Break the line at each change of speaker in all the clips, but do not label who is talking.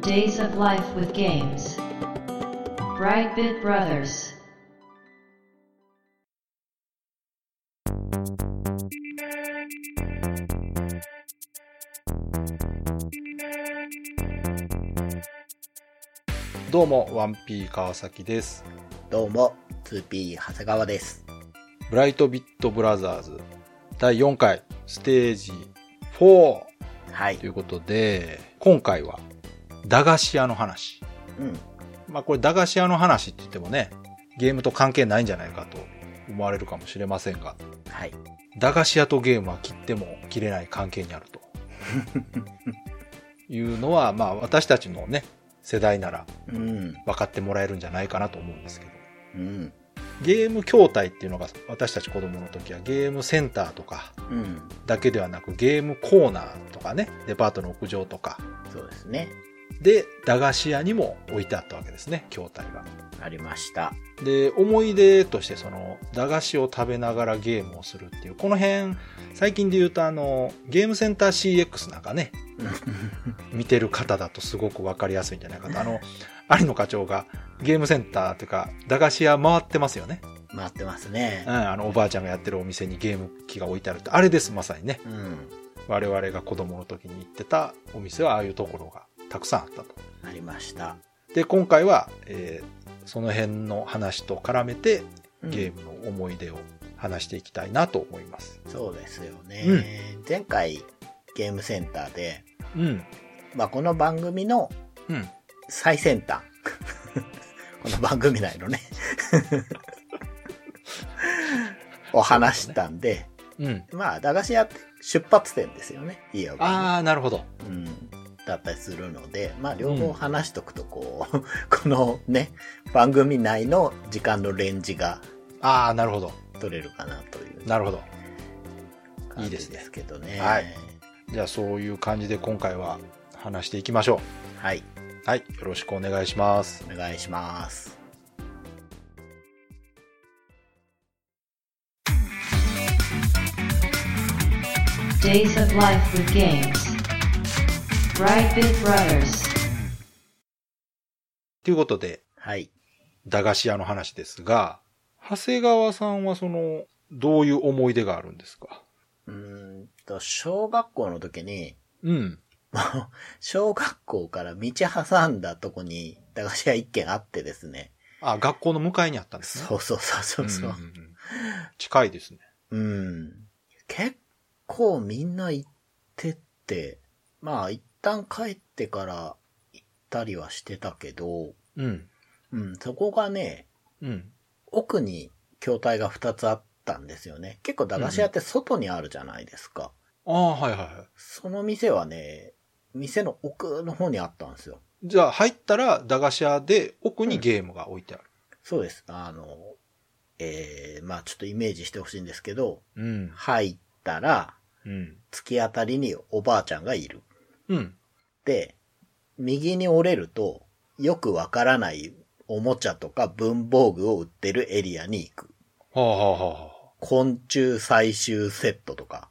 Days of Life with Games. Brightbit Brothers.
どうも、ワンピー川崎です。
どうも、2P 長谷川です。
ブライトビットブラザーズ第4回ステージ4
はい
とい。うことで、今回は駄菓子屋の話。
うん。
まあこれ駄菓子屋の話って言ってもね、ゲームと関係ないんじゃないかと思われるかもしれませんが、
はい。
駄菓子屋とゲームは切っても切れない関係にあると。いうのは、まあ私たちのね、世代なら
うん。
分かってもらえるんじゃないかなと思うんですけど。
うん。
ゲーム筐体っていうのが私たち子供の時はゲームセンターとか
うん。
だけではなくゲームコーナーとかねデパートの屋上とか
そうですね。
で駄菓子屋にも置いてあったわけですね筐体が。
ありました。
で思い出としてその駄菓子を食べながらゲームをするっていうこの辺最近で言うとあのゲームセンター CX なんかね見てる方だとすごく分かりやすいんじゃないかとあの有野課長がゲームセンターっていうか駄菓子屋回ってますよね。
回ってますね
うん、。あのおばあちゃんがやってるお店にゲーム機が置いてあるってあれですまさにね
うん。
我々が子供の時に行ってたお店はああいうところがたくさんあったと
ありました。
で今回は、えーその辺の話と絡めてゲー
ム。
ムの思い出を話していきたいなと思います
そうですよね。前回、ゲームセンターで、
うん
まあ、この番組の
うん
最先端。 この番組内 のね。を話したんで、
うん
まあ、駄菓子屋って出発点ですよね。いいよ。
ああなるほど
うん、だったりするので、まあ、両方話しとくとこう、 このね番組内の時間のレンジが
ああなるほど
取れるかなという
なるほどい
感
いで
じ
すね
ですけどね。
はいじゃあそういう感じで今回は話していきましょ
はい、
うはいよろしくお願いします
お願いします。
Days of Life with Games. Brightbit Brothers.
ということで
はい、
駄菓子屋の話ですが、長谷川さんはその、どういう思い出があるんですか
うーんと小学校の時に
うん。
もう小学校から道挟んだとこに駄菓子屋一軒あってですね。
あ、学校の向かいにあったんですね。
そうそうそうそうそう。
んんん近いですね。
うん。結構みんな行ってって、まあ一旦帰ってから行ったりはしてたけど、
うん。
うん、そこがね、
うん。
奥に筐体が2つあったんですよね。結構駄菓子屋って外にあるじゃないですか。
ああ、はいはいは
その店はね、店の奥の方にあったんですよ。
い。じゃあ、入ったら駄菓子屋で奥にゲームが置いてある。
そうです。あの、えー、まあちょっとイメージしてほしいんですけど、
うん。
入ったら、
うん。
突き当たりにおばあちゃんがいる。
うん。
で、右に折れると、よくわからないおもちゃとか文房具を売ってるエリアに行く。
はあはあはあはあ。
昆虫採集セットとか、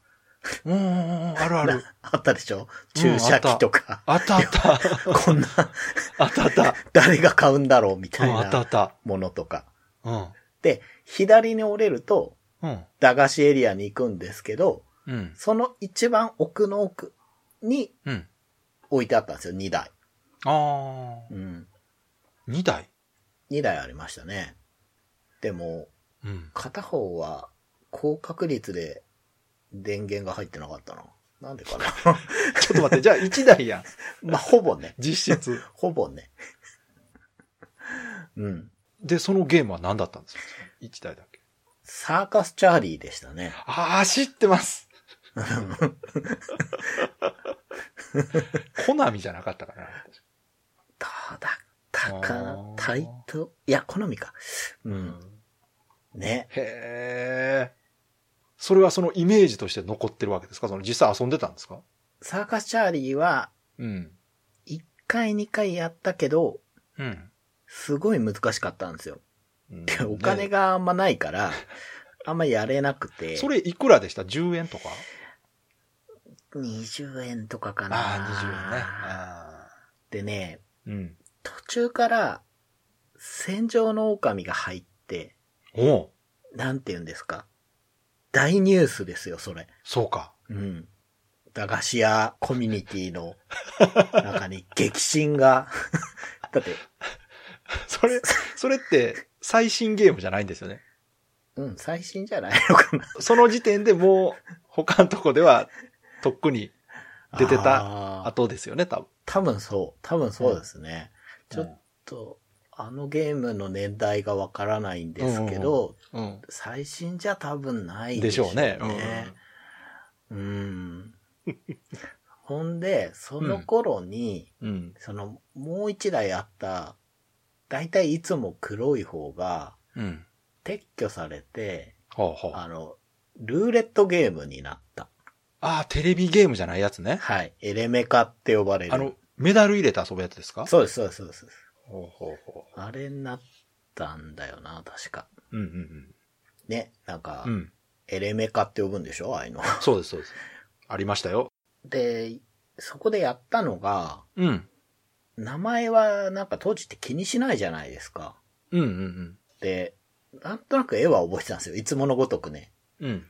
うんうんうん、あるある。
あったでしょ注射器とか、
あったあ った。
こんな、
あったあった。
誰が買うんだろうみ
う
たい
ん、あったあ
な
った。
ものとか。
うん。
で、左に折れると、
うん。
駄菓子エリアに行くんですけど、
うん。
その一番奥の奥に
うん。
置いてあったんですよ、2台。
ああ。
うん。
2台。
2台ありましたね。でも、
うん。
片方は高確率で電源が入ってなかったな。なんでかな。
ちょっと待って、じゃあ1台やん。
まあ、ほぼね。
実質。
ほぼね。うん。
で、そのゲームは何だったんですか ?1 台だけ。
サーカスチャーリーでしたね。
ああ、知ってます。 コナミじゃなかったかな。
どうだったか
あ
な
ー
タイトいや、好みか。うん。ね。
へえ。それはそのイメージとして残ってるわけですかその実際遊んでたんですか
サーカスチャーリーは、
うん。
1回2回やったけど、
うん。
すごい難しかったんですよ。でお金
が。
があんまない から、あんまやれなくて。
それいくらでした ?10 円とか
20円とかかな。
ああ、20円ね。あ
でね、
うん。
途中から、戦場の狼が入って、
おう
なんて言うんですか。大ニュースですよ、それ。
そうか。
うん。駄菓子屋コミュニティの中 に激震が。 だって、
それ、それって最新ゲームじゃないんですよね。
うん、最新じゃないのかな。
その時点でもう他のとこではとっくに 出てた
た
後ですよね、多分。
多分そう。多分そうですね。ちょ
っ
っと、あのゲームの年代がわからないんですけど、
と、うん
最新じゃ多分ない
でしょうね。
うん。ほんで、その頃に、
うん。うん。
その、もう一台あった、だいたいいつも黒い方が
うん。
撤去されて、
ほうほう。あ
あの、ルーレットゲームになった。
あー、テレビゲームじゃないやつね。
はい。エレメカって呼ばれる。
あの、メダル入れて遊ぶやつですか
そうです、そうです、そうです。
ほうほうほ
あれになったんだよな、確か。
う。うんうん
ね、なんか、
うん。うん。
エレメカって呼ぶんでしょああいうの。
そうです、そうです。ありましたよ。
で、そこでやったのが、
うん。
名前はなんか当時って気にしないじゃないですか。
うんうん
で、なんとなく絵は覚えてたんですよ。いつものごとくね。
うん。うん。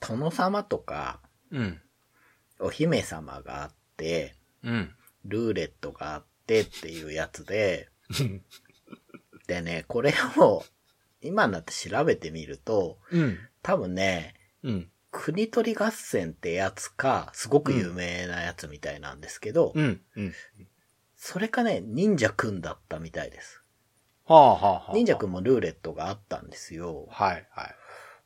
殿様とか、
うん。
お姫様があって、
うん。
ルーレットがあってっていうやつで、でね、これを今になって調べてみると、
うん。
多分ね、
うん。
国取り合戦ってやつか、すごく有名なやつみたいなんですけど、
うん。うん。
それかね、忍者くんだったみたいです。
はあはあはあ。
忍者くんもルーレットがあったんですよ。
はいはい。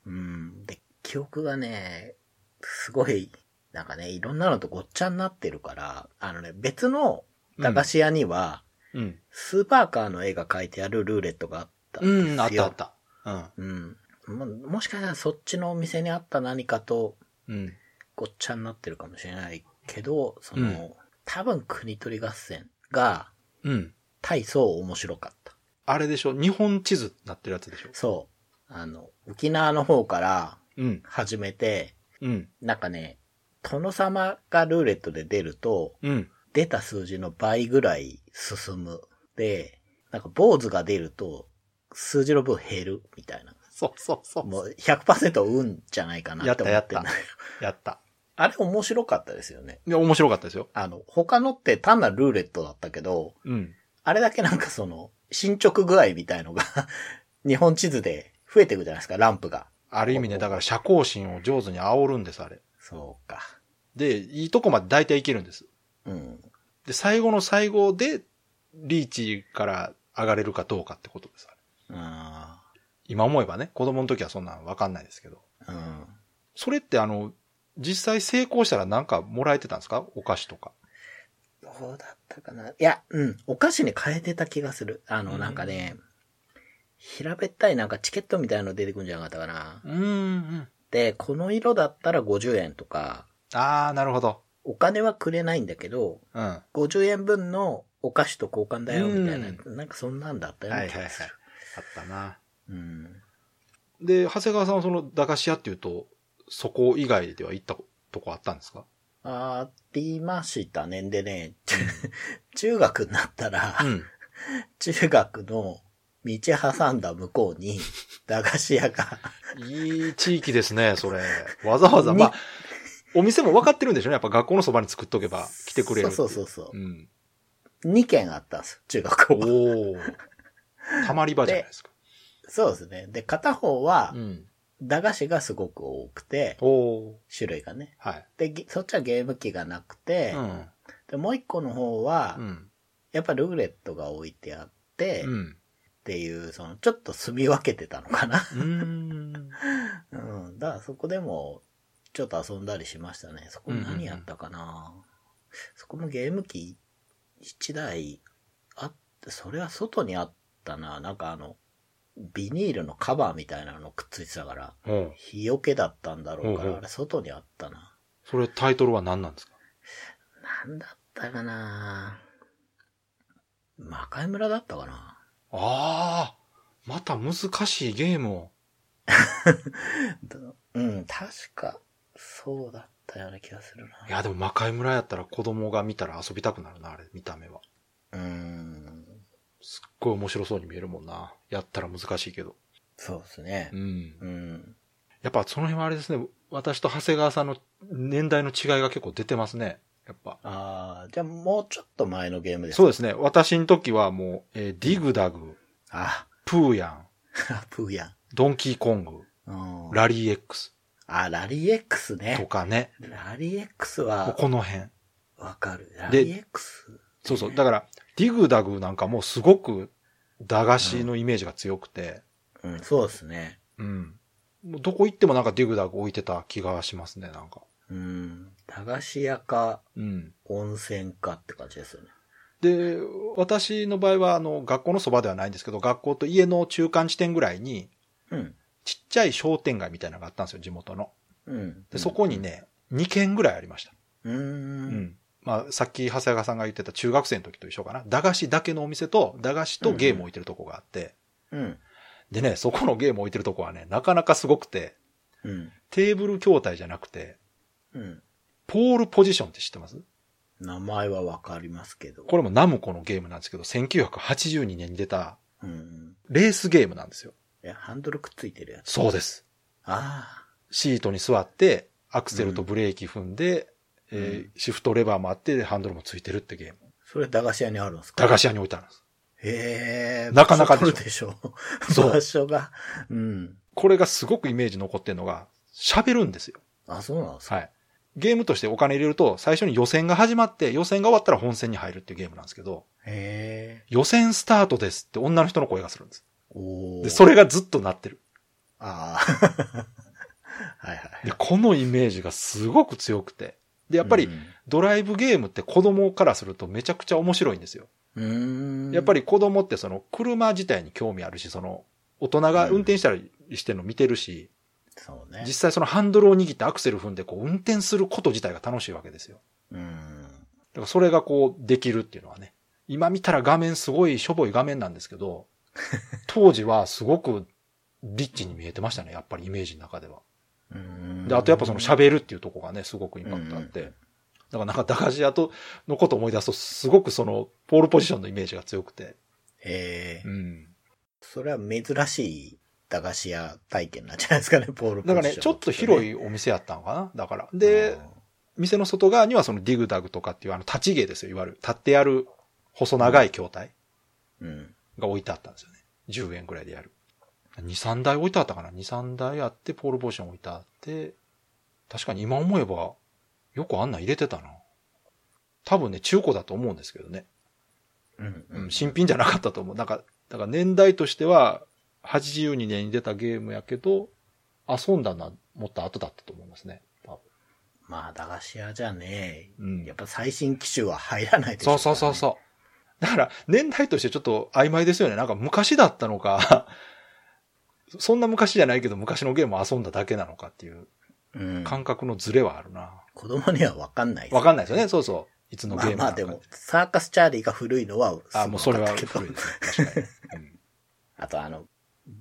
うん。で、記憶がね、すごい、なんかね、いろんなのとごっちゃになってるから、あのね、別の駄菓子屋には、
うん。
スーパーカーの絵が描いてあるルーレットがあったんですよ。
うん、あったあった。うん。
うん。ももしかしたらそっちのお店にあった何かと
うん。
ごっちゃになってるかもしれないけど、その、多分国取り合戦が
うん。
大層面白かった。
あれでしょ日本地図になってるやつでしょ
そう。あの、沖縄の方から
うん。
始めて、
うん。
なんかね、殿様がルーレットで出ると、
うん。
出た数字の倍ぐらい進む。で、なんか坊主が出ると、数字の分減るみたいな。
そうそうそ
もう100%運じゃないかなって思
や
っ
ってた
ん
や
だ
ったやった。
あれ面白かったですよね。
いや、面白かったですよ。
あの、他のって単なるルーレットだったけど、
うん。
あれだけなんかその、進捗具合みたいのが、 日本地図で増えていくじゃないですか、ランプが。
ある意味ね、だから社交心を上手に煽るんです、あれ。
そうか。
で、いいとこまで大体いけるんです。
うん。
で、最後の最後で、リーチから上がれるかどうかってことです、あれ
あ
今思えばね、子供の時はそんなんわかんないですけど。
ーうん。
それってあの、実際成功したらなんかもらえてたんですかお菓子とか。
どうだったかないや、うん。お菓子に変えてた気がする。あ
う
の、
ん
なんかね、平べったいなんかチケットみたいなの出てくるんじゃなかったかな。
うん、うん。
で、この色だったら50円とか、
あー、なるほど。
お金はくれないんだけど、
うん。は
50円分のお菓子と交換だよ、みたいな、なんかそんなんだった
い
よう
は
ない気
はい。あ
が
っ
する。
たな。
うん。
で、長谷川さんはその駄菓子屋っていうと、そこ以外では行ったとこあったんですか
ありましたね。でね、 中学になったら、
ん。
中学の道挟んだ向こうに、駄菓子屋が、
いい地域ですね、それ。わざわざ、まあ
に、
お店も分かってるんでしょうね。やっぱ学校のそばに作っとけば来てくれるってい
そうそうそうそう
う。うん。
2軒あったんですよ、中学校は。
おー。たまり場じゃないですか。
そうですね。で、片方は
う、ん。
駄菓子がすごく多くて、
おー。
種類がね。
はい。
で、ぎそっちはゲーム機がなくて、
うん。
で、もう一個の方は、
うん。
やっぱルーレットが置いてあって、
う
っ
ん。
ていう、その、ちょっと住み分けてたのかな。
うーん。
うん。だからそこでも、ちょっと遊んだりしましたね。そこ何やったかな、そこもゲーム機1台あって、それは外にあったな。なんかあの、ビニールのカバーみたいなのくっついてたから、
うん。
日よけだったんだろう
ほう
か
ほ
ら、
う
あれ外にあったな。
それタイトルは何なんですか
なんだったかな魔界村だったかな
ああ、また難しいゲームを。
うん、確か、そうだったような気がする
いや、でも魔界村やったら子供が見たら遊びたくなるな、あれ、見た目は。
な。うーん。
すっごい面白そうに見えるもんな。やったら難しいけど。
そうですね
う。ん。
うん。
やっぱその辺はあれですね、私と長谷川さんの年代の違いが結構出てますね。やっぱ。
ああ、じゃあもうちょっと前のゲームです
そう
う
ですね。私の時はもう、えーディグダグ、
あ、
プーヤン、
プーヤン。
ドンキーコング、
うん、
ラリー X
あ、ラリー X
と
ね。
かね。
ラリー X
もう
は
この辺。
わかる。ラ
で
リー X。
そうそう。だから、ディグダグなんかもうすごく駄菓子のイメージが強くて、
うん、そうですね。
うん。もうどこ行ってもなんかディグダグ置いてた気がしますね、なんか。
うん。駄菓子屋か
うん。
温泉かって感じですよね。
で、私の場合は、あの、学校のそばではないんですけど、学校と家の中間地点ぐらいに、
うん。
ちっちゃい商店街みたいなのがあったんですよ、地元の。
うん。
で、そこにね、2軒ぐらいありました。
うん。
う
うん。
ん。まあ、さっき、長谷川さんが言ってた中学生の時と一緒かな。駄菓子だけのお店と、駄菓子とゲームを置いてるとこがあって、
うん。
でね、そこのゲームを置いてるとこはね、なかなかすごくて、
うん。
テーブル筐体じゃなくて、
うん。
ポールポジションって知ってます
名前はわかりますけど。
これもナムコのゲームなんですけど、1982年に出た
うん。
レースゲームなんですよ。
え、ハンドルくっついてるやつ。
そうです。
あ
シートに座って、アクセルとブレーキ踏んで、
うん
えーシフトレバーもあって、ハンドルもついてるってゲーム。
あ。それ駄菓子屋にあるんですか
駄菓子屋に置いてあるんです。
へえ。
なかなか
場所取るでしょ。
そう
場所が。うん。
これがすごくイメージ残ってるのが、喋るんですよ。
あ、そうなんですか。
はい。ゲームとしてお金入れると、最初に予選が始まって、予選が終わったら本戦に入るっていうゲームなんですけど、
へえ。
予選スタートですって女の人の声がするんです。
おお。
で、それがずっと鳴ってる。
ああ。 はいはい。
で、このイメージがすごく強くて。で、やっぱり、ドライブゲームって子供からするとめちゃくちゃ面白いんですよ。
うん、
やっぱ
り、
り子供ってその車自体に興味あるし、その大人が運転したりしてるの見てるし、
そうね
実。際そのハンドルを握ってアクセル踏んでこう運転すること自体が楽しいわけですよ。
うん。
だからそれがこうできるっていうのはね。今見たら画面すごいしょぼい画面なんですけど、 当時はすごくリッチに見えてましたね、やっぱりイメージの中では。
うん
で、あとやっぱその喋るっていうとこがね、すごくインパクトあって。だからなんか駄菓子屋とのことを思い出すと、すごくその、ポールポジションのイメージが強くて。
ええ
うん。
それは珍しい駄菓子屋体験なんじゃないですかね、ポールポジショ
だ
ン
からね、ちょっと広
い。
いお店やったのかなだから。で、店の外側にはそのディグダグとかっていうあの立ち芸ですよ、いわゆる。立ってやる細長い筐体
うん。
が置いてあったんですよね。10円くらいでやる。2、3台置いてあったかな ?2、3台あって、ポールポジション置いてあって、確かに今思えば、よくあんなん入れてたな。多分ね、中古だと思うんですけどね。
うん。う
うんん、。新品じゃなかったと思う。なんか、だから年代としては、82年に出たゲームやけど、遊んだのはもっと後だったと思いますね。多
まあ、駄菓子屋じゃね
分うん
え。やっぱ最新機種は入らないでしょ
そうう
か
そうそ
らね
うそう。だから、年代としてちょっと曖昧ですよね。なんか昔だったのか、 そんな昔じゃないけど昔のゲームを遊んだだけなのかっていう
うん。
感覚のズレはあるな。
子供にはわかんない
わかん
ない。
ないですよね。そうそう。いつのゲー
まあ
ム
ま
な
あ
のか
でも、サーカスチャーリーが古いのは、
あ、もうそれは
すごかったけ
古
ど
いですね。確かに。 うん
あとあの、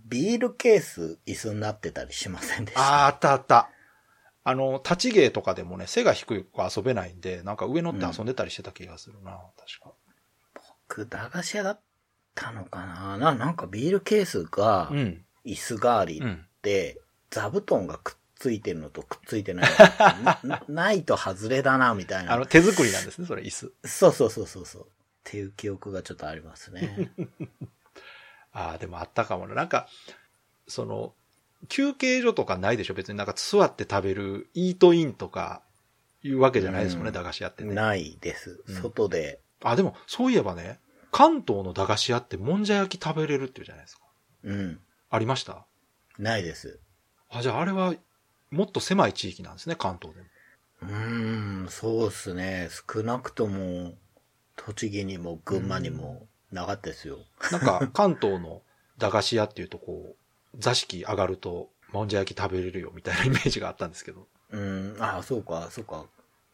ビールケース椅子になってたりしませんでした。
ああ、あったあった。あの、立ち芸とかでもね、背が低い子は遊べないんで、なんか上乗って遊んでたりしてた気がするな、確か。
僕、駄菓子屋だったのかなな、なんかビールケースが、
うん。
椅子代わり
うん。
で、座布団がくっついてるのとくっついてないの なないと外れだな、みたい
あ
な
の、。手作りなんですね、それ、椅子。
そうそうそうそうそう。っていう記憶がちょっとあります ね。
ああ、でもあったかもな。なんか、その、休憩所とかないでしょ別になんか座って食べる、イートインとか、いうわけじゃないですもんね、
うん
駄菓子屋ってね。
ないです
うん。
外で。
あ、でも、そういえばね、関東の駄菓子屋ってもんじゃ焼き食べれるっていうじゃないですか。
うん。
ありました
ないです。
あ、じゃああれは、もっと狭い地域なんですね、関東でも。
うーん、そうっすね。少なくとも、栃木にも群馬にもなかったですよ。
なん か、関東の駄菓子屋っていうと、こう、座敷上がると、もんじゃ焼き食べれるよみたいなイメージがあったんですけど。
うん、ああ、そうか、そうか。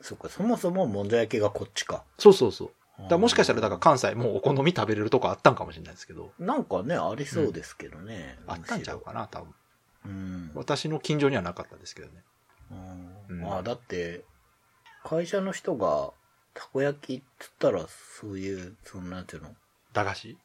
そうか、そもそももんじゃ焼きがこっちか。
そうそうそう。だからもしかした
ら、
ら、だから関西もうお好み食べれるとこあったんかもしれないですけど、
なんかね、ありそうですけどね。
あったんちゃうかな、多分。
うん。
私の近所にはなかったですけどね。
う
うん
ん、あだって会社の人がたこ焼きっつったらそういうそのなんていうの
駄菓子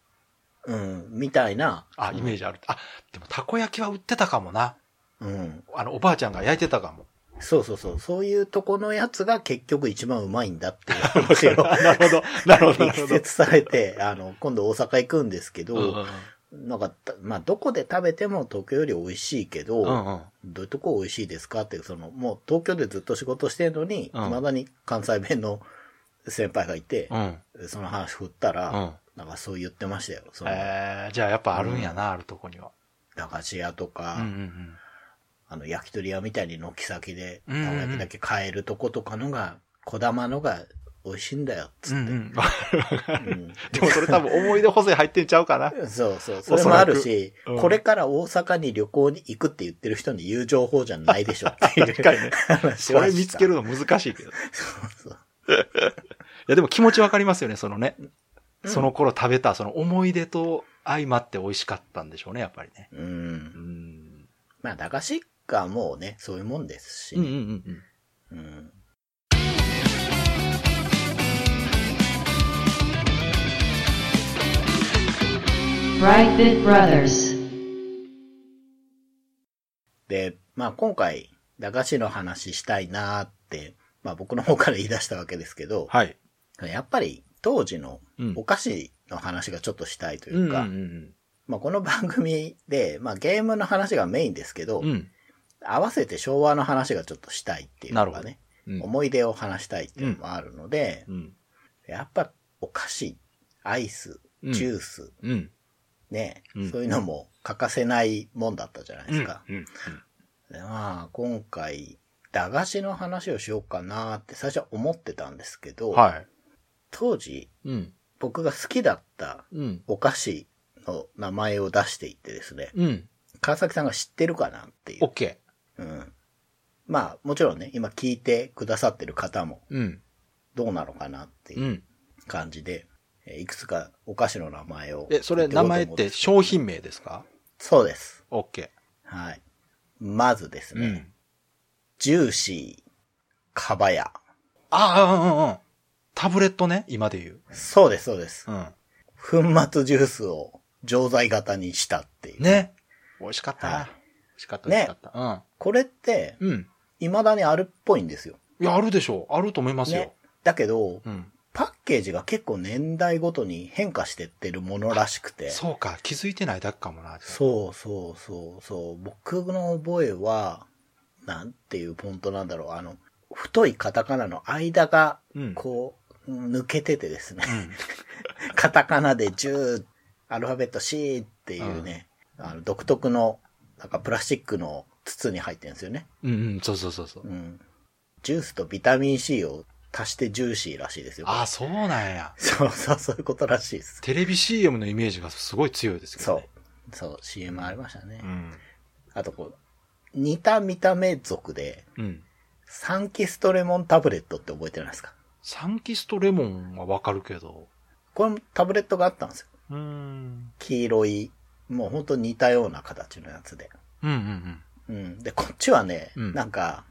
うん、みたいな、
あ、イメージある。あ、でもたこ焼きは売ってたかもな。
うん。
あの、おばあちゃんが焼いてたかも。
そうそうそう、そういうとこのやつが結局一番うまいんだっ ていう話を
なるほど。なるほど。なる
力
ほど
説されて、あの、今度大阪行くんですけ
うん
ど、なんか、たまあ、どこで食べても東京より美味しいけど、
うんうん。
どういうとこ美味しいですかって、その、もう東京でずっと仕事してるのに、
うん
未だに関西弁の先輩がいて
う、ん。
その話振ったら、
うん。
なんかそう言ってましたよ。その、
えー、じゃあやっぱあるんやな、あるとこには。
駄菓子屋と
う
か、
んうん
あの、焼き鳥屋みたいに軒先で、
うんうんうん
たこ焼きだけ買えるとことかのが、こだまのが美味しいんだよ、つ
う
っ
ん。うんうん。 わ
て。うん
でもそれ多分思い出補正入ってんちゃうか な。
そうそう。
そ
そ
らく
れもあるし、
うん
これから大阪に旅行に行くって言ってる人に言う情報じゃないでしょっていう
確かにね。
話
そ
はした
れ見つけるの難しいけど。い
そうそう
やでも気持ちわかりますよね、そのね。
うん
その頃食べた、その思い出と相まって美味しかったんでしょうね、やっぱりね。
う。
うんん。
まあ、駄菓子がもうね、そういうもんですし
うんうんうんう
ね。
ん。
うん。
Brightbit Brothers.
で、まあ、今回、駄菓子の話したいなーって、まあ、僕の方から言い出したわけですけど、
はい。
やっぱり当時の
うん
お菓子の話がちょっとしたいというか、
うんうん
まあ、この番組で、 まあ、ゲームの話がメインですけど、
うん。うん
合わせて昭和の話がちょっとしたいっていうのが
なる
ね、
うん。
思い出を話したいっていうのもあるので、
うん。
やっぱお菓子、アイス、
うん
ジュース、
うん。
ね、
うん
そういうのも欠かせないもんだったじゃないですか。
うんうん
でまあ、今回、駄菓子の話をしようかなって最初は思ってたんですけど、
うん。は
当時
い。うん。
僕が好きだった
うん。
お菓子の名前を出していってですね、
うん。
川崎さんが知ってるかなっていう。
OK。
うん、まあ、もちろんね、今聞いてくださってる方も
うん。
どうなのかなって
う。
いうん感じで、えーいくつかお菓子の名前を。
え、それ名前って商品名ですか
そうです。
?OK。
はい。まずです
う
ね、
ん。
ジューシー、かばや。
ああ、うんうんうん。タブレットね、今で言う。
そうです、そうです。
うん。
粉末ジュースを錠剤型にしたっていう。。
ね。美味しかったな。
はい
美味しかった、
ね
美味しかった。
これって、
うん。うん。
未だにあるっぽいんですよ。
いや、あるでしょう。あると思いますよ。
ね。だけど、
うん。
パッケージが結構年代ごとに変化してってるものらしくて。
そうか、気づいてないだけかもな。
そうそうそうそう。僕の覚えは、なんていうポントなんだろう。あの、太いカタカナの間が、
うん。
こう、抜けててですね。
うん。
カタカナで10、アルファベット C っていうね、あの、独特の、なんかプラスチックの筒に入ってるんですよね。
うんうん、そうそうそうそう。
うん。ジュースとビタミン C を足してジューシーらしいですよ。
ああ、そうなんや。
そうそう、そういうことらしいです。
テレビ CM のイメージがすごい強いですけど、
そう
ね。。
そう、CM ありましたね。
うん。
あとこう、似た見た目族で、
うん。
サンキストレモンタブレットって覚えてないですか
サンキストレモンはわかるけど。
これもタブレットがあったんですよ。
うーん。
黄色い、もうほんと似たような形のやつで。
うんうん
うん。で、こっちはね、
うん
なんか、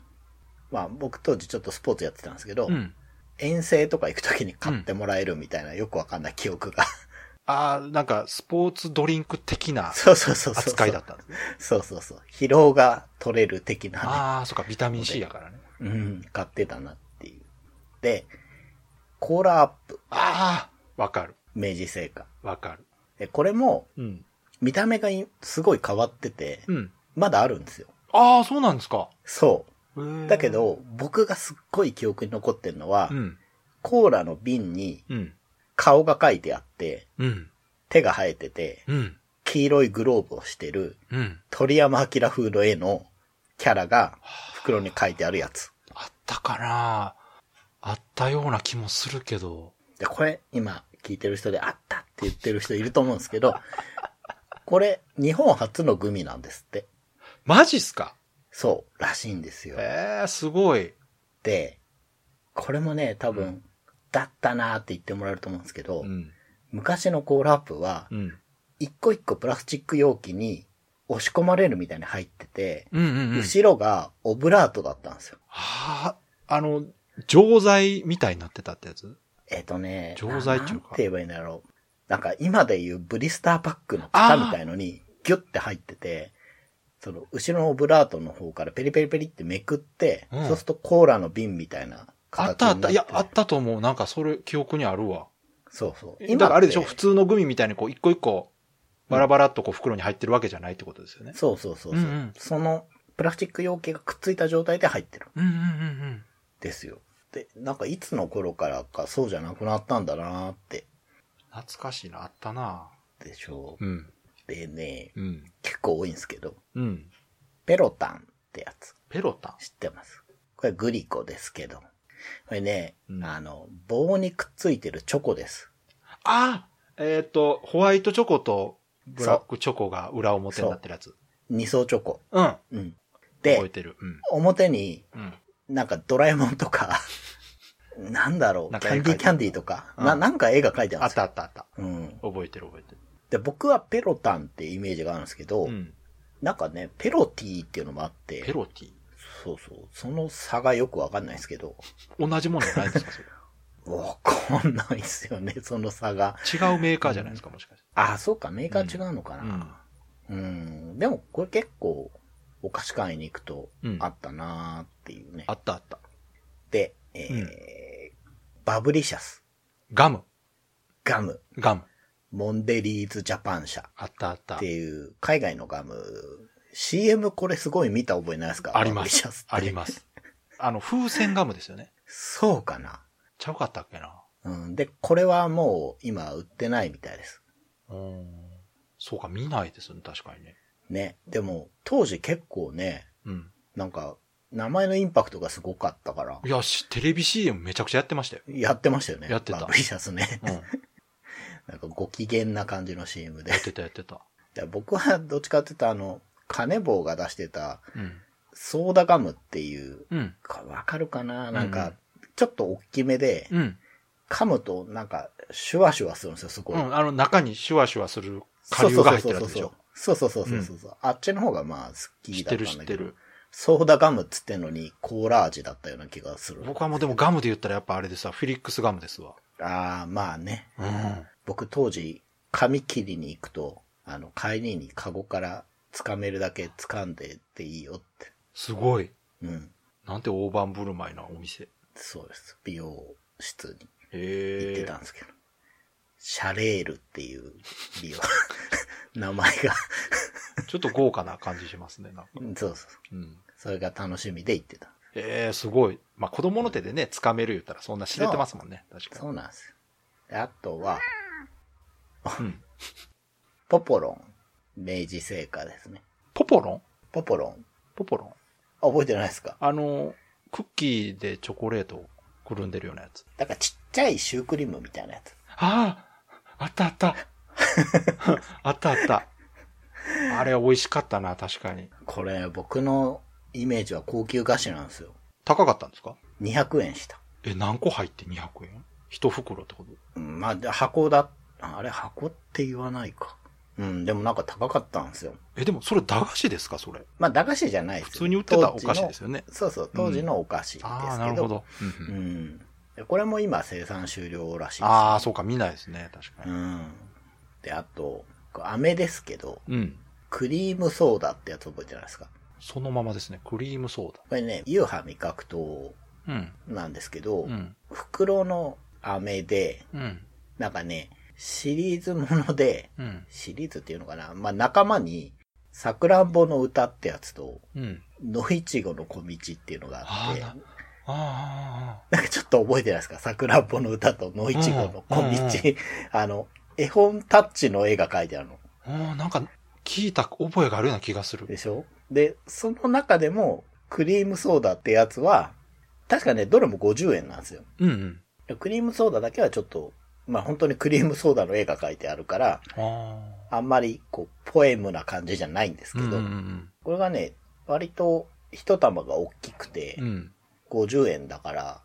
まあ僕当時ちょっとスポーツやってたんですけど、
うん。うん。
遠征とか行く時に買ってもらえるみたいな、よくわかんない記憶が。
ああ、なんか、スポーツドリンク的な
そうそうそうそう。
扱いだったんですね。
そうそうそう。疲労が取れる的なね。
ああ、そっか、ビタミン C やからね。
うん、買ってたなっていう。で、コーラアップ、
ああ、わかる。
明治製菓。
わかる。
で、これも、
うん。
見た目がいすごい変わってて、
うん。
まだあるんですよ。
ああ、そうなんですか。
そ
へー
う。だけ、ど、僕がすっごい記憶に残ってるのは、
うん。
コーラの瓶に
うん。
顔が書いてあって、
うん。
手が生えてて、
うん。
黄色いグローブをしてる
うん。
鳥山明風の絵のキャラが袋に書いてあるやつ。
あったかなあったような気もするけど。
で、これ、今、聞いてる人で、あったって言ってる人いると思うんですけど、これ、日本初のグミなんですって。
マジっすか
そう、らしいんですよ。
ええー、すごい。
で、これもね、多分、
うん
だったなーって言ってもらえると思うんですけど、
うん。
昔のコーラアップは
う、ん。
一個一個プラスチック容器に押し込まれるみたいに入ってて、
うんうんうん。
後ろがオブラートだったんですよ。
はあ、あの、錠剤みたいになってたってやつ
えっ、とね、
錠剤っていうか
なんて言えばいいんだろう。なんか今でいうブリスターパックの型みたいのに、ギュッて入ってて、その、後ろのオブラートの方からペリペリペリってめくって、
うん
そうするとコーラの瓶みたいな
あっ
形
たあっ
に
た。
なって
いや、あったと思う。なんかそれ、記憶にあるわ。
そうそ
だ
う。
からあれでしょ
って
普通のグミみたいにこう、一個一個、バラバラっとこう、袋に入ってるわけじゃないってことですよね。
そうそうそうそ
う
う、
んうん
その、プラスチック容器がくっついた状態で入ってるん
うんうんうん
ですよ。で、なんかいつの頃からかそうじゃなくなったんだなーって、
うん。懐かしいな、あったな
でしょう。
うん。
でね、
うん。
結構多いんですけど、
うん。
ペロタンってやつ。
ペロタン。
知ってます。これグリコですけど。これね、
うん
あの、棒にくっついてるチョコです。
あえっ、と、ホワイトチョコと、ブラックチョコが裏表になってるやつ。
二層チョコ。
うん。覚
うん。
え
で、
てる。うん。
表に
うん。
なんかドラえもんとか、 なんだろう、
なん
キ
か
ャ
絵
ンデ
描
ィー
い
キ
て
ャ
ある
ンディーとか、
うん
な、なんか絵が描いてある
あ
んで
っ
す
た
よ。
あったあった。
うん。
覚えてる覚えてる。
で、僕はペロタンってイメージがあるんですけど、
うん。
なんかね、ペロティーっていうのもあって、
ペロティ。
そうそう、その差がよくわかんないですけど、
同じものじゃないですか、それ。
わかんないですよね、その差が。
違うメーカーじゃないですか、もしかして。
あ、そうか、メーカー違うのか
うん
な。うん、でもこれ結構、お菓子買いに行くと
うん、
あったなーっていうね。
あったあった。
で、えー
うん
バブリシャス、
ガム。
ガム、
ガム。
モンデリーズジャパン社
あったあった
って。いう海外のガム、CM これすごい見た覚えないですか
あり
バブ
ま
リシャスっ
す
て。
あります。あの、風船ガムですよね。
そうかな。
ちゃうかったっけな。
うん、で、これはもう今売ってないみたいです。
うん。そうか、見ないですね、確かにね。
ね。でも、当時結構ね、
うん。
なんか、名前のインパクトがすごかったから
い、や、しテレビ CM めちゃくちゃやってましたよ。
やってましたよね。
やってた
バブリシャスね
う。ん。や
なんかご機嫌な感じの CM で。
ってた、やってた。
で僕はどっちかっていうと、あの、カネボウが出してた、
うん。
ソーダガムっていう、
うん。
かわかるかななん
う
か
ん、
ちょっと大きめで、
うん。
噛むとなんか、シュワシュワするんですよ、すご
う
い。
ん。あの、中にシュワシュワする
そ
下
う
流が入ってるやつでしょ。
そうそうそうそうそうそうそう、あっちの方がまあ好
知
き
っ
だ
て
ったん
る、
だ
知
けど。
ってる。
ソーダガムっつってんのにコーラ味だったような気がする。
僕はもうでもガムで言ったらやっぱあれでさ、フィリックスガムですわ。
ああ、まあね。
うん。
僕当時、髪切りに行くと、あの、帰りにカゴから掴めるだけ掴んでっていいよって。
すごい。
うん。
なんて大盤振る舞いなお店。
そうです。美容室に行って
へえ
た。んですけど。シャレールっていう美 容、名前が。
ちょっと豪華な感じしますね、なんか。
うんそうそう。
うん。
それが楽しみで行ってた。
ええすごい。まあ、子供の手でね、掴める言ったらそんな知れてますもんね。確か
そうなんですよ。であとは、
に。うん。
ポポロン。明治製菓ですね。
ポポロン
ポポロン。
ポポロン
あ覚えてないですか
あの、クッキーでチョコレートをくるんでるようなやつ。
なんかちっちゃいシュークリームみたいなやつ。
あああったあった あったあった。あれ美味しかったな、確かに。
これ僕のイメージは高級菓子なんですよ。
高かったんですか
200円した。
え、何個入って200円一袋ってこと
うんまあ、で箱だ、あれ箱って言わないか。うん、でもなんか高かったんですよ。
え、でもそれ駄菓子ですかそれ。
まあ、駄菓子じゃないです
普
よ
通に売ってたお菓子です
よ。
よね。
当時のそうそう、当時のお菓子ですけど。
ああ、なるほど。うん
う
うん
ん。でこれも今生産終了らしいです。
ああ、そうか、見ないですね、確か
う
に。
ん。で、あと、これ飴ですけど、
うん。
クリームソーダってやつ覚えてないですか
そのままですね、クリームソー
これね、ユーハ味覚糖
ダ。うん。
なんですけど、
うん。
袋の飴で、
うん。
なんかね、シリーズもので、
うん。
シリーズっていうのかなまあ、仲間に、さくらんぼの歌ってやつと、
うん。
野いちごの小道っていうのがあ
あ
っ
あ
て、
な
な
ああ、あ
んかちょっと覚えてないですかさくらんぼの歌と野いちごの小道。
うんうんうん
あの、絵本タッチの絵が描いてあるの。
あ、ああなんか、聞いた覚えがあるような気がする
で。しょで、その中でも、クリームソーダってやつは、確かね、どれも50円なんですよ。
うんうん。
クリームソーダだけはちょっと、まあ本当にクリームソーダの絵が描いてあるから、
ああ。
あんまりこう、ポエムな感じじゃないんです
う
け
んうん
ど、
うん
これがね、割と一玉が大きくて
う、ん。
50円だから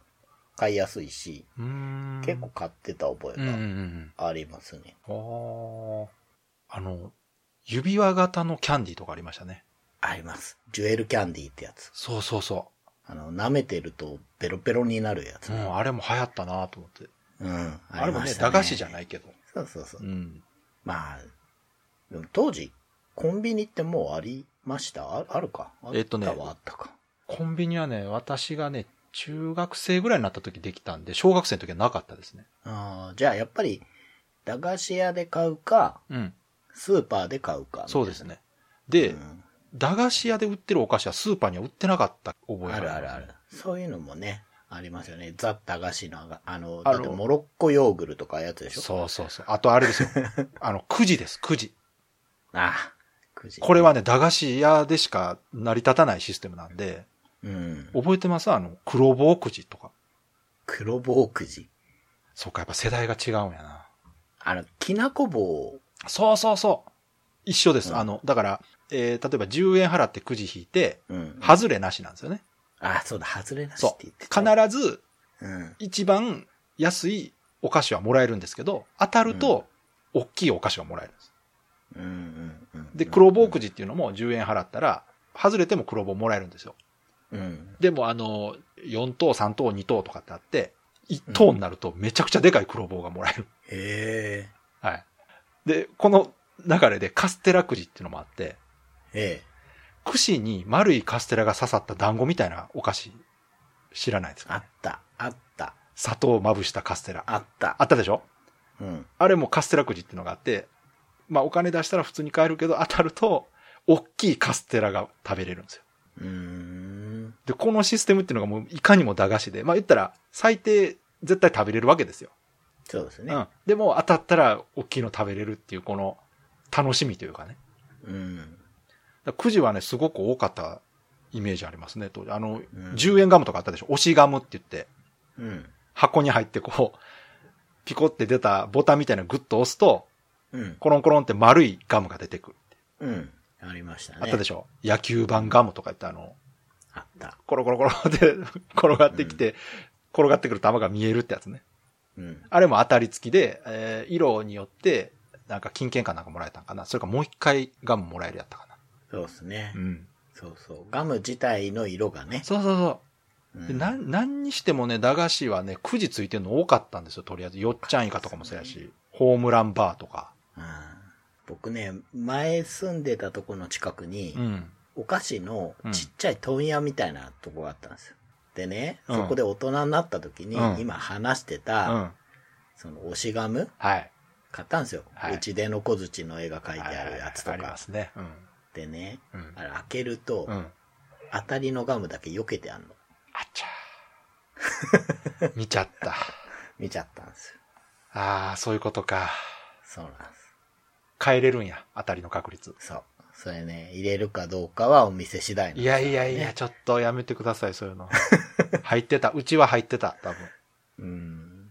買いやすいし、
うん。
結構買ってた覚
うんうん
え
うん。
がありますね。
ああ。あの、指輪型のキャンディーとかありましたね。
あります。ジュエルキャンディーってやつ。
そうそうそ
あの、舐めてるとベロベロになるやつ
う。う。ん、あれも流行ったなと思って。
うん。
あれもね、
りました
駄菓子じゃないけど。
そうそうそう
う。ん。
まあ、でも当時、コンビニってもうありましたああるかあたは
えっとね
あったか。
コンビニはね、私がね、中学生ぐらいになった時できたんで、小学生の時はなかったですね。
ああ、じゃあやっぱり、駄菓子屋で買うか、
うん。
スーパーで買うか。
そうですね。
みた
で、
いな。うん
駄菓子屋で売ってるお菓子はスーパーには売ってなかった覚えが
あ
あり
る
ます
あるある。そういうのもね、ありますよね。ザ・駄菓子のあが、あの、
あ
だ
の
ってモロッコヨーグルとかやつでしょ
そうそうそう。あとあれ ですよ。あの、くじです、くじ。
ああ、くじ。
これはね、駄菓子屋でしか成り立たないシステムなんで、
うん。
覚えてますあの、黒棒くじとか。
黒棒くじ。
そうか、やっぱ世代が違うんやな。
あの、きなこ棒。
そうそうそう。一緒です。
うん
あの、だから、えー例えば10円払ってくじ引いて、
うん。
外れなしなんですよね。
あ、そうだ、外れなしっ
そう
て言って。た。
必ず、
うん。
一番安いお菓子はもらえるんですけど、当たると、大きいお菓子がもらえるんです。
うんうんうん。
で、黒棒くじっていうのも10円払ったら、外れても黒棒もらえるんですよ。
うん。
でも、あの、4等、3等、2等とかってあって、1等になるとめちゃくちゃでかい黒棒がもらえる。
へえ。
はい。で、この流れでカステラくじっていうのもあって、
ええ。
串に丸いカステラが刺さった団子みたいなお菓子、知らないです
あ
か、
った、あった、
砂糖をまぶしたカステラ。
あった。
あったでしょ
うん。
あれもカステラくじっていうのがあって、まあお金出したら普通に買えるけど、当たると、大きいカステラが食べれるんですよ。
うーん。
で、このシステムっていうのがもういかにも駄菓子で、まあ言ったら、最低絶対食べれるわけですよ。
そうです
う
ね
ん。。でも当たったら大きいの食べれるっていう、この楽しみというかね。
うん。
だくじはね、すごく多かったイメージありますね、当時。あの、
うん
10円ガムとかあったでしょ押しガムって言って、
うん。
箱に入ってこう、ピコって出たボタンみたいなのグッと押すと、
うん。
コロンコロンって丸いガムが出てくる。
うん。ありましたね。
あったで
し
しょ、野球盤ガムとか言ってあの、
ょ。あった。
コロコロコロって 転がってきて、転がってくる球が見えるってやつね。
うん。
あれも当たり付きで、えー色によって、なんか金券かなんかもらえたんかな。それかもう一回ガムもらえるやったかな。
そうですね
う。ん。
そうそう。ガム自体の色がね。
そうそうそうう。
ん
で、なん、何にしてもね、駄菓子はね、くじついてるの多かったんですよ、とりあえず。よっちゃんイカとかもそうやし、ホームランバーとか。
うん僕ね、前住んでたとこの近くに、
うん。
お菓子のちっちゃい問屋みたいなとこがあったんですよ。でね、
うん
そこで大人になった時に、
うん
今話して
う
た、
ん。
その押しガム
はい。
買ったんですよ。
はいう
ちでの小槌の絵が描いてあるやつと
ありま
か。
すね。うん。
でね、
うん
あ。れ開けると、
うん。
当たりのガムだけ避けてあんの。
あちゃ ー。見ちゃった。
見ちゃったんですよ。
ああ、そういうことか。
そうなんです。
変えれるんや、当たりの確率。
そう。それね、入れるかどうかはお店次第なんです
い
よ
や
ね
いやいや、。ちょっとやめてください、そういうの。 入ってた。うちは入ってた、多分。
うん。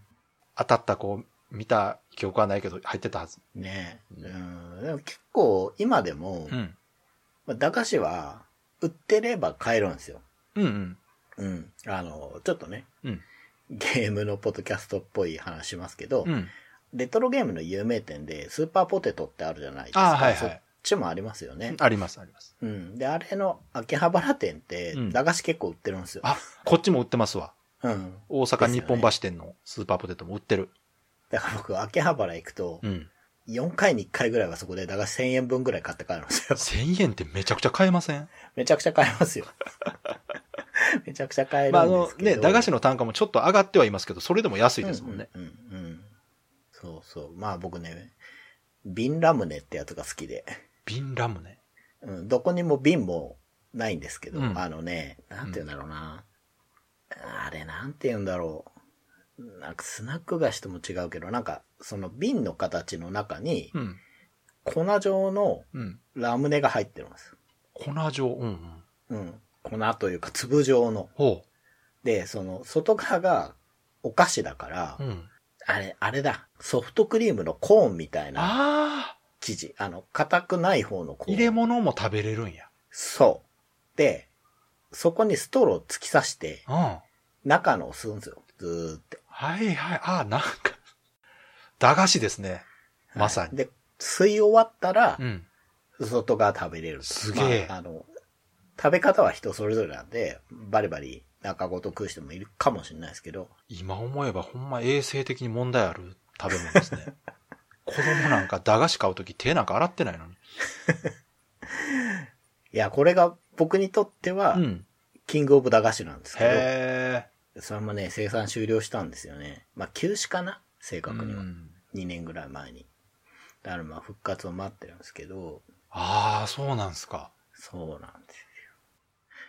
当たった子、見た記憶はないけど、入ってたはず。
ね
うん
うん。でも結構、今でも、
ん。
まあ駄菓子は、売ってれば買えるんですよ。
うんうん。
うん。あの、ちょっとね、
うん
ゲームのポッドキャストっぽい話しますけど、
うん。
レトロゲームの有名店で、スーパーポテトってあるじゃないですか。
あーはいはい
そっちもありますよね。
あります、あります。
うん。で、あれの秋葉原店って
う、ん
駄菓子結構売ってるんですよ。
あ、こっちも売ってますわ。
うん。
大阪
です
日
よね
本橋店のスーパーポテトも売ってる。
だから僕、秋葉原行くと、
うん。
4回に1回ぐらいはそこで駄菓子1000円分ぐらい買って帰るんですよ。
1000円ってめちゃくちゃ買えません
めちゃくちゃ買え ますよ。めちゃくちゃ買え
まあ、
る
あ
んで
の
すけど。
ね、駄菓子
の
の単価もちょっと上がってはいますけど、それでも安いですもんね。。
うんうん、うん。そうそう。まあ僕ね、瓶ラムネってやつが好きで。
瓶ラムネ。
うん、どこにも瓶もないんですけど、
うん
あのね、なんて言うんだろうな。あれ、なんて言うんだろう。なんかスナック菓子とも違うけど、なんか、その瓶の形の中に、
うん。
粉状の
うん。
ラムネが入ってるんです。
粉状。うんうん。
うん。粉というか粒状の。
ほ
で、その外側がお菓子だから、
う。うん。
あれ、あれだ。ソフトクリームのコーンみたいな
ああ、
生地。あの、硬くない方のコーン。
入れ物も食べれるんや。
そう。で、そこにストローを突き刺して、
うん。は
中のを吸うんですよ。ずーって。
いはい。ああ、なんか、駄菓子ですね。まさ
はい
に。
で、吸い終わったら
う、ん。
外側食べれると。
すげえ
まあ。あの、食べ方は人それぞれなんで、バリバリ中ごと食う人もいるかもしれないですけど、
今思えばほんま衛生的に問題ある食べ物ですね。子供なんか駄菓子買うとき手なんか洗ってないのに。
いや、これが僕にとっては
う、ん。
キングオブ駄菓子なんですけ
へ
ど、それもね、生産終了したんですよね。まあ、休止かな正
え。う
確には。
ん。
2年ぐらい前に。だからまあ、復活を待ってるんですけど、
ああ、そうなんすか。
そうなんですよ。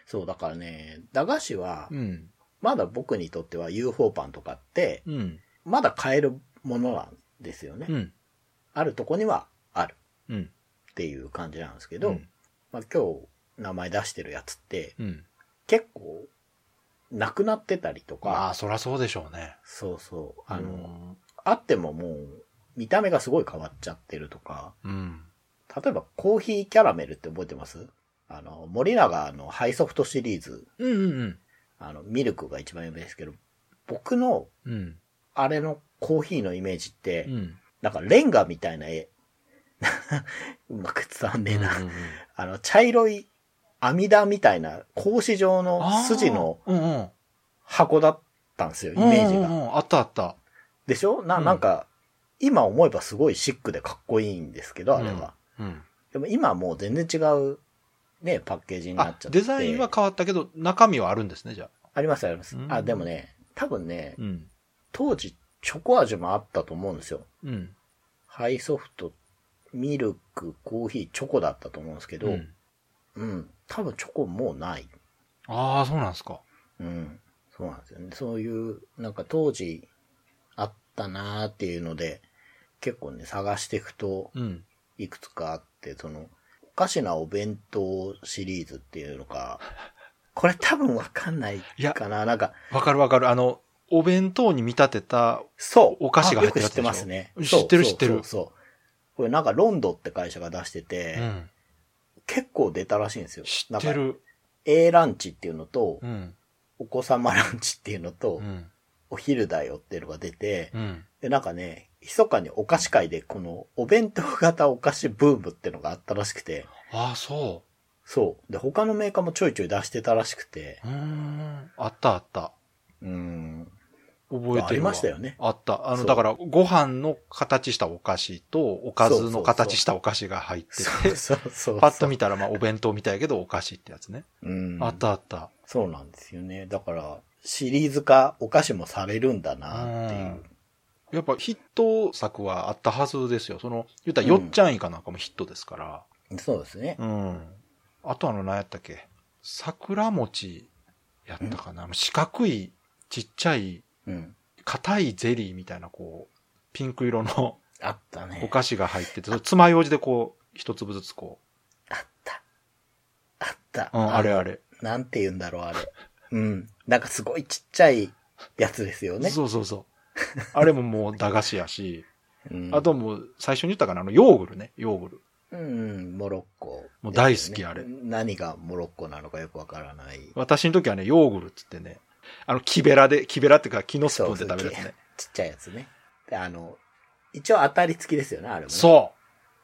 そう、だからね、駄菓子は
う、ん。
まだ僕にとっては UFO パンとかって、
うん。
まだ買えるものなんですよね。
うん。
あるとこにはある
うん。
っていう感じなんですけど、
うん
まあ、今日名前出してるやつって、
うん。
結構、なくなってたりと
ま
か、
あ、そらそうでしょうね。
そうそう、あの、
の、
あってももう、見た目がすごい変わっちゃってるとか、
うん。
例えばコーヒーキャラメルって覚えてますあの、森永のハイソフトシリーズ、
うんうん
あの、ミルクが一番有名ですけど、僕の、
うん。うん。
あれのコーヒーのイメージって、
うん。
なんかレンガみたいな絵。 うまく伝わんねえな。
うんうんうん
あの、茶色い網田みたいな、格子状の筋の
あーうんうん
箱だったんですよ、イメージ
うんう
が。
んうんあったあった。
でしょな、
うん
なんか、今思えばすごいシックでかっこいいんですけど、あれは。
うん。
でも今はもう全然違う、ね、パッケージになっ
あ
ちゃって。
デザインは変わったけど、中身はあるんですね、じゃあ。
ありますあります
う。ん
あ、でもね、多分ね、
うん。
当時チョコ味もあったと思うんですよ。
うん。
ハイソフト、ミルク、コーヒー、チョコだったと思うんですけど、
うん
うん、多分チョコもうない。
ああ、そうなんですか。
うん。そうなんですよね。そういう、なんか当時あったなーっていうので、結構ね、探していくと
うん。
いくつかあって、その、おかしなお弁当シリーズっていうのか、 これ多分わかんない
いや
かな。なんか、
わかるわかる。あの、お弁当に見立てた、
そう。
お菓子が入ってる
あ
や
よ
つでし
く知っ
ょ
てますね。
知ってる
そう
知ってる
そうそうそう。これなんかロンドって会社が出してて、
うん。
結構出たらしいんですよ。
知って
なんか
る。
A ランチっていうのと、
うん。
お子様ランチっていうのと、
うん。
お昼だよっていうのが出て、
うん。
で、なんかね、密かにお菓子界でこのお弁当型お菓子ブームっていうのがあったらしくて、
ああ、そ
そう。で、他のメーカーもちょいちょい出してたらしくて、
う。うーん。あったあった。
うーん。
覚えてるわ
ありましたよね
あった。あ
そ
の、
う
だから、ご飯の形したお菓子と、おかずの形したお菓子が入ってて、
そうそうそうそう。
パッと見たら、まあ、お弁当みたいやけど、お菓子ってやつね。
うん。
あったあった。。
そうなんですよね。だから、シリーズ化、お菓子もされるんだなっていううん
やっぱヒット作はあったはずですよ。その、言ったら、よっちゃんイカなんかもヒットですから。
そうですね。
うん。あとあの、何やったっけ桜餅やったかな、あの四角い、ちっちゃい、
うん。
硬いゼリーみたいな、こう、ピンク色の
あったね。
お菓子が入ってて、それ爪楊枝でこう、一粒ずつこ
あった。あった。
う。うん、あれあれ。
なんて言うんだろう、あれ。うん。なんかすごいちっちゃいやつですよね。
そうそうそう。あれももう駄菓子やし、
うん
あ、ともう最初に言ったかな、あの、ヨーグルね、ヨーグル。
うん、モロッコ、
もう大好きあれ
何がモロッコなのかよくわからない。
私の時はね、ヨーグルっつってね、あの、木べらで、木べらっていうか木のスプーンで食べるやつね。
ちっちゃいやつね。であの、一応当たり付きですよね、あれも、ね。
そ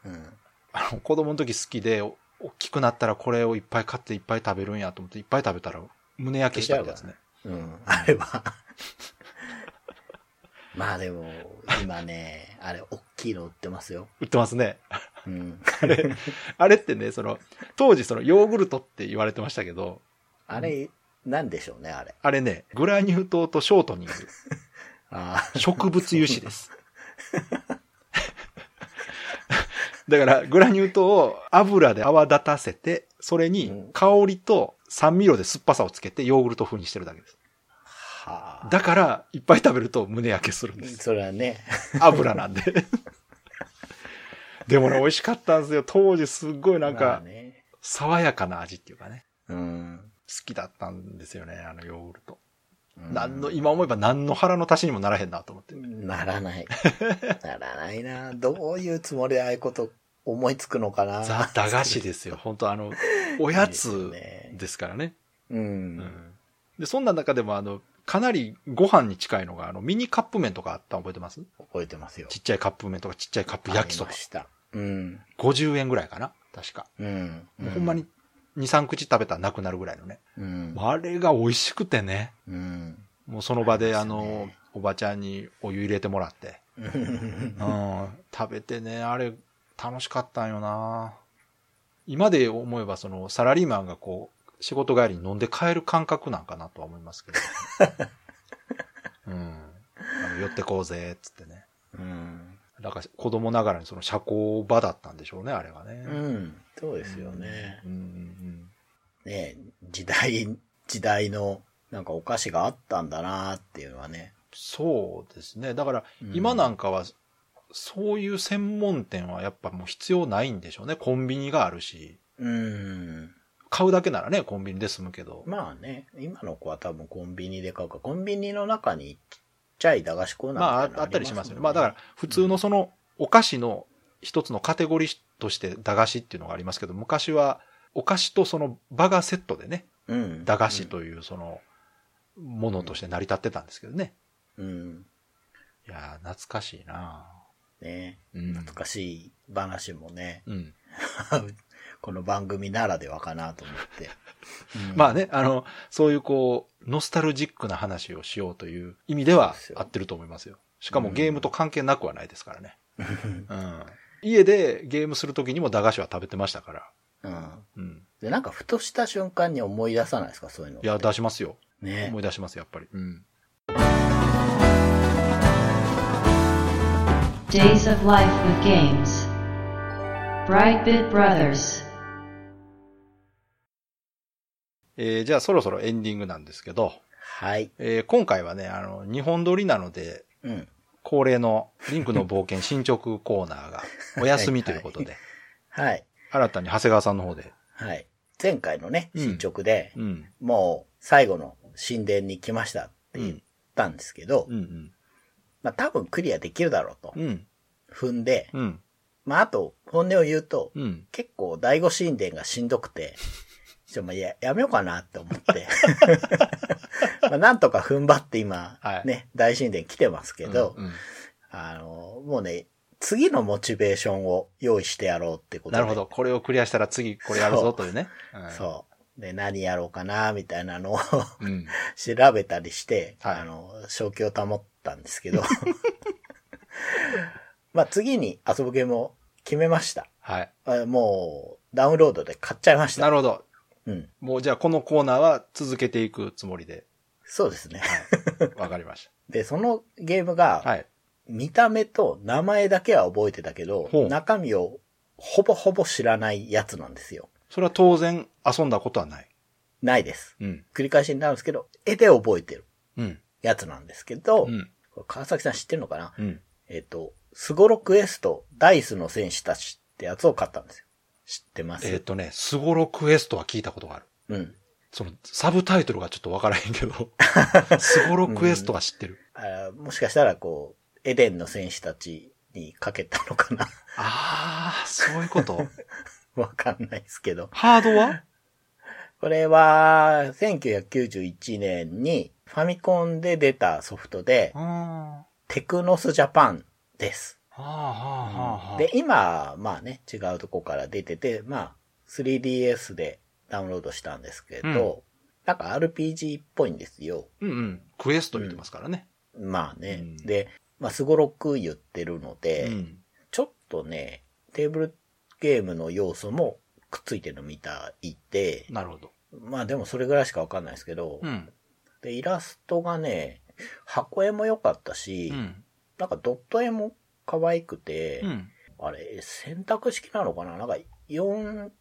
う
う。ん。
あの、子供の時好きで、お大きくなったらこれをいっぱい買っていっぱい食べるんやと思って、いっぱい食べたら、胸焼けしたやつね。
うん、あれは。 まあでも、今ね、あれ、おっきいの売ってますよ。
売ってますね。
うん。
あれってね、その、当時そのヨーグルトって言われてましたけど、
あれ、なんでしょうね、あれ。
あれね、グラニュー糖とショートニング、
あ
植物油脂です。 だから、グラニュー糖を油で泡立たせて、それに香りと酸味料で酸っぱさをつけてヨーグルト風にしてるだけです。
あ。はあ。
だから、いっぱい食べると胸焼けするんです。
それはね、
油なんで。でもね、美味しかったんですよ。当時すっごいなん
まあ
か、
ね、
爽やかな味っていうかね。
うん。
好きだったんですよね、あのヨーグルト。
うん
なんの、今思えば何の腹の足しにもならへんなと思って。
ならない。ならないな。どういうつもりでああいうこと思いつくのかな。
ザ・駄菓子ですよ。本当あの、おやつですからね。
う。
うんんで、そんな中でもあの、かなりご飯に近いのが、あの、ミニカップ麺とかあったの覚えてます
覚えてますよ。
ちっちゃいカップ麺とかちっちゃいカップ焼きそ
あ
ば
りま。した。うん。
50円ぐらいかな確か。
うん。
もうほんまに2、3口食べたらなくなるぐらいのね。
うん。
あれが美味しくてね。
うん。
もうその場で、あ
そうです
の
ね、
おばちゃんにお湯入れてもらって、うん、食べてね、あれ、楽しかったんよな。今で思えば、その、サラリーマンがこう、仕事帰りに飲んで帰る感覚なんかなとは思い ますけど。うん。あの寄ってこうぜ、つってね。
うん。
だから、子供ながらにその社交場だったんでしょうね、あれがね。
うん。そうですよね。
うんうん
ね時代、時代の、なんかお菓子があったんだなっていうのはね。
そうですね。だから、今なんかは、そういう専門店はやっぱもう必要ないんでしょうね。コンビニがあるし。
うん。
買うだけならね、コンビニで済むけど。
まあね、今の子は多分コンビニで買うか、コンビニの中にちっちゃい駄菓子コーナー
まあ、あ
み
あったりし
いなの
ますよ
も
ね。
ん
まあ、だから、普通のその、お菓子の一つのカテゴリーとして駄菓子っていうのがありますけど、昔は、お菓子とその場がセットでね、
うん、
駄菓子というその、ものとして成り立ってたんですけどね。
うん。うん。
いやー、懐かしいな
ね
うん
懐かしい話もね、
うん。
この番組ならではかなと思って。うん
まあね、あの、そういうこう、ノスタルジックな話をしようという意味では
そうですよ
合ってると思いますよ。しかも
うん
ゲームと関係なくはないですからね。うん。家でゲームするときにも駄菓子は食べてましたから。
うん。
うん。
で、なんかふとした瞬間に思い出さないですか、そういうの。
いや、出しますよ。
ね
思い出します、やっぱり。うん。
Days of Life with Games. Brightbit Brothers.
えーじゃあそろそろエンディングなんですけど、
はい。
えー今回はね、あの、日本撮りなので、
うん。
恒例のリンクの冒険進捗コーナ ーがお休みということで、
はい。
新たに長谷川さんの方で、
はい。前回のね、
うん
進捗で、
うん、
もう最後の神殿に来ましたって言ったんですけど、
うん、うん、
まあ多分クリアできるだろうと
うん、
踏んで、
うん、
まああと本音を言うと、
うん。
結構第五神殿がしんどくて、ちょっとまあややめようかなって思 って。まあなんとか踏ん張って今、
はい
ね、大神殿来てますけど、
うんうん
あの、もうね、次のモチベーションを用意してやろうってこと
な
で。
るほど。これをクリアしたら次これやるぞというね。うん
そう。で、何やろうかな、みたいなのを
うん。
調べたりして、
はい
あの、正気を保ったんです けど。まあ、次に遊ぶゲームを決めました。
はい。
あもう、ダウンロードで買っちゃいました。
なるほど。
うん。
もうじゃあこのコーナーは続けていくつもり で。
そうですね。
はい。わかりまし
で、そのゲーム
た。
が、
はい。
見た目と名前だけは覚えてたけど、
ほう
中身をほぼほぼ知らないやつなんですよ。
それは当然遊んだことはない。
ないです。
うん。
繰り返しになるんですけど、絵で覚えてる
うん。
やつなんですけど、
うん。
これ川崎さん知ってるのかな
うん。
えっ、と、スゴロクエスト、ダイスの戦士たちってやつを買ったんですよ。知ってます、
えっ、とね、スゴロクエストは聞いたことがある。
うん。
その、サブタイトルがちょっとわからへんけ ど、スゴロクエストは知ってる。
あーもしかしたらこう、エデンの戦士たちにかけたのかな
ああ、そういうこと。
わかんないですけど。
ハードは
これは、1991年にファミコンで出たソフトで、
あ
テクノスジャパンです。
あ、はあ、はあ、はあ。
で、今、まあね、違うとこから出てて、まあ、3DS でダウンロードしたんですけど、なんか RPG っぽいんですよ。
うんうん。クエスト言ってますからね。
まあね。
うん
で、まあ、すごろく言ってるので、
うん。
ちょっとね、テーブルゲームの要素もくっついてるみたいで、
なるほど。
まあでもそれぐらいしかわかんないですけど、
うん。
で、イラストがね、箱絵も良かったし、
うん。
なんかドット絵も可愛くて、
うん。
あれ、選択式なのかななんか、四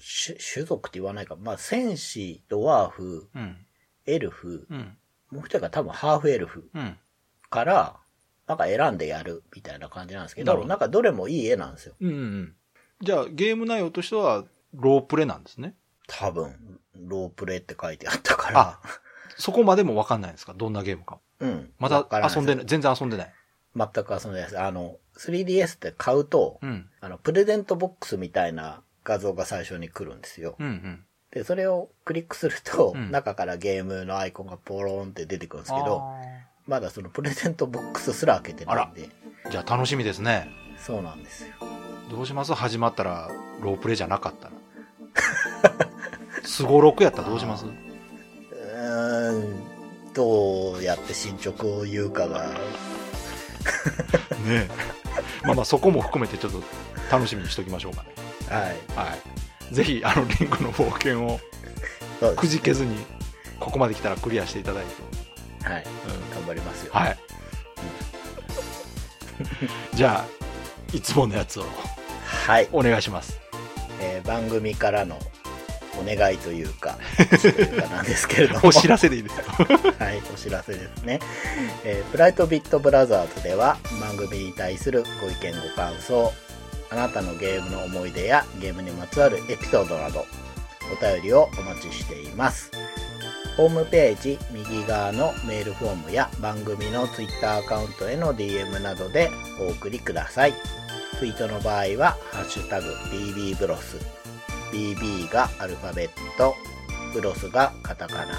種種族って言わないか。まあ、戦士、ドワーフ、
うん。
エルフ、
うん。
もう一人が多分ハーフエルフ
うん。
から、なんか選んでやるみたいな感じなんですけ
な
ど、
るほど
なんかどれもいい絵なんですよ。
うんうんうん。じゃあ、ゲーム内容としては、ロープレなんですね。
多分、ロープレイって書いてあったから。
そこまでもわかんないんですかどんなゲームか。
うん。
ま
わ
だ
から
遊んでない
い。
全然遊んでない。
全く遊んでないです。あの、3DS って買うと、
うん。
あの、プレゼントボックスみたいな画像が最初に来るんですよ。
うんうん。
で、それをクリックすると、
うん
中からゲームのアイコンがポロンって出てくるんですけど、
あ
まだそのプレゼントボックスすら開けてないんで、
ーじゃあ、楽しみですね。
そうなんですよ。
どうします始まったら、ロープレじゃなか ったら。すごろくやったらどうします
あうーん、どうやって進捗を言うかが、
ねえまあまあそこも含めてちょっと楽しみにしておきましょうかね。
はい。
はい。ぜひ、あの、リンクの冒険を
そうですね
くじけずに、ここまで来たらクリアしていただいて。
はい。
うん
頑張りますよ。
はい。じゃあ、いつものやつを
はい。
お願いします。
えー番組からのお願いというか、 そういうかなんですけれども。
お知らせでいいですよ。
はい、お知らせですね。えー、ブライトビットブラザーズでは番組に対するご意見ご感想、あなたのゲームの思い出やゲームにまつわるエピソードなど、お便りをお待ちしています。ホームページ右側のメールフォームや番組の Twitter アカウントへの DM などでお送りください。ツイートの場合は、ハッシュタグ BB ブロス。BB がアルファベット、ブロスがカタカナ。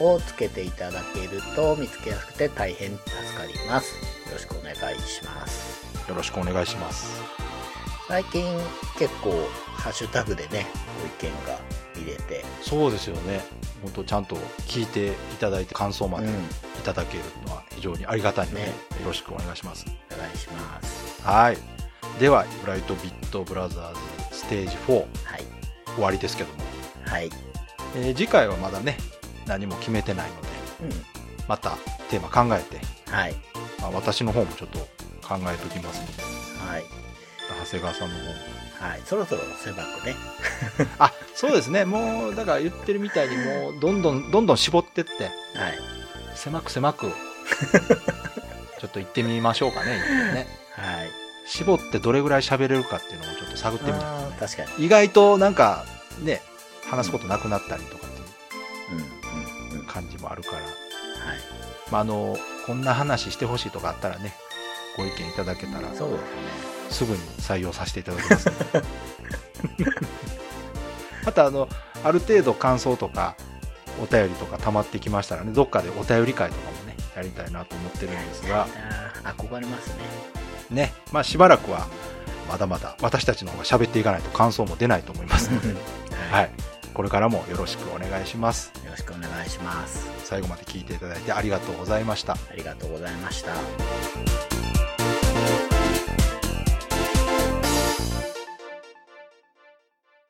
をつけていただけると見つけやすくて大変助かりますよろしくお願いします
よろしくお願いします。
最近結構ハッシュタグでねご意見が入れて、
そうですよね。本当ちゃんと聞いていただいて、感想ま
うん、お
でい
願
ただけるのは非常にありがたいので、
ね
よろしくお願いします。
いします
はい。では、ブライトビットブラザーズステージ4、
はい
終わりですけども、
はい、
えー次回はまだね、何も決めてないので、
うん、
またテーマ考えて、
はい
まあ、私の方もちょっと考えときますので、
はい
長谷川さんの方も。
はいそろそろ狭くね
あ、そうですね。もう、だから言ってるみたいに、もう、どんどん、どんどん絞ってって、
はい
狭く狭 く、ちょっと行ってみましょうかね、一回ね。
はい
絞ってどれぐらい喋れるかっていうのをちょっと探ってみた
あー確かに
意外となんか、ね、話すことなくなったりとかっていう
うんうんうんは
感じもあるから、
い
まあ、あの、こんな話してほしいとかあったらね、ご意見いただけたら、
そうですね
すぐに採用させていただきます、 またあのある程度感想とかお便りとか溜まってきましたらねどっかでお便り会とかもねやりたいなと思ってるんですが
あー憧れますね
ねまあしばらくはまだまだ私たちの方が喋っていかないと感想も出ないと思いますので、
は、
はいい、これからもよろしくお願いします
よろしくお願いします
最後まで聞いていただいてありがとうございました
ありがとうございました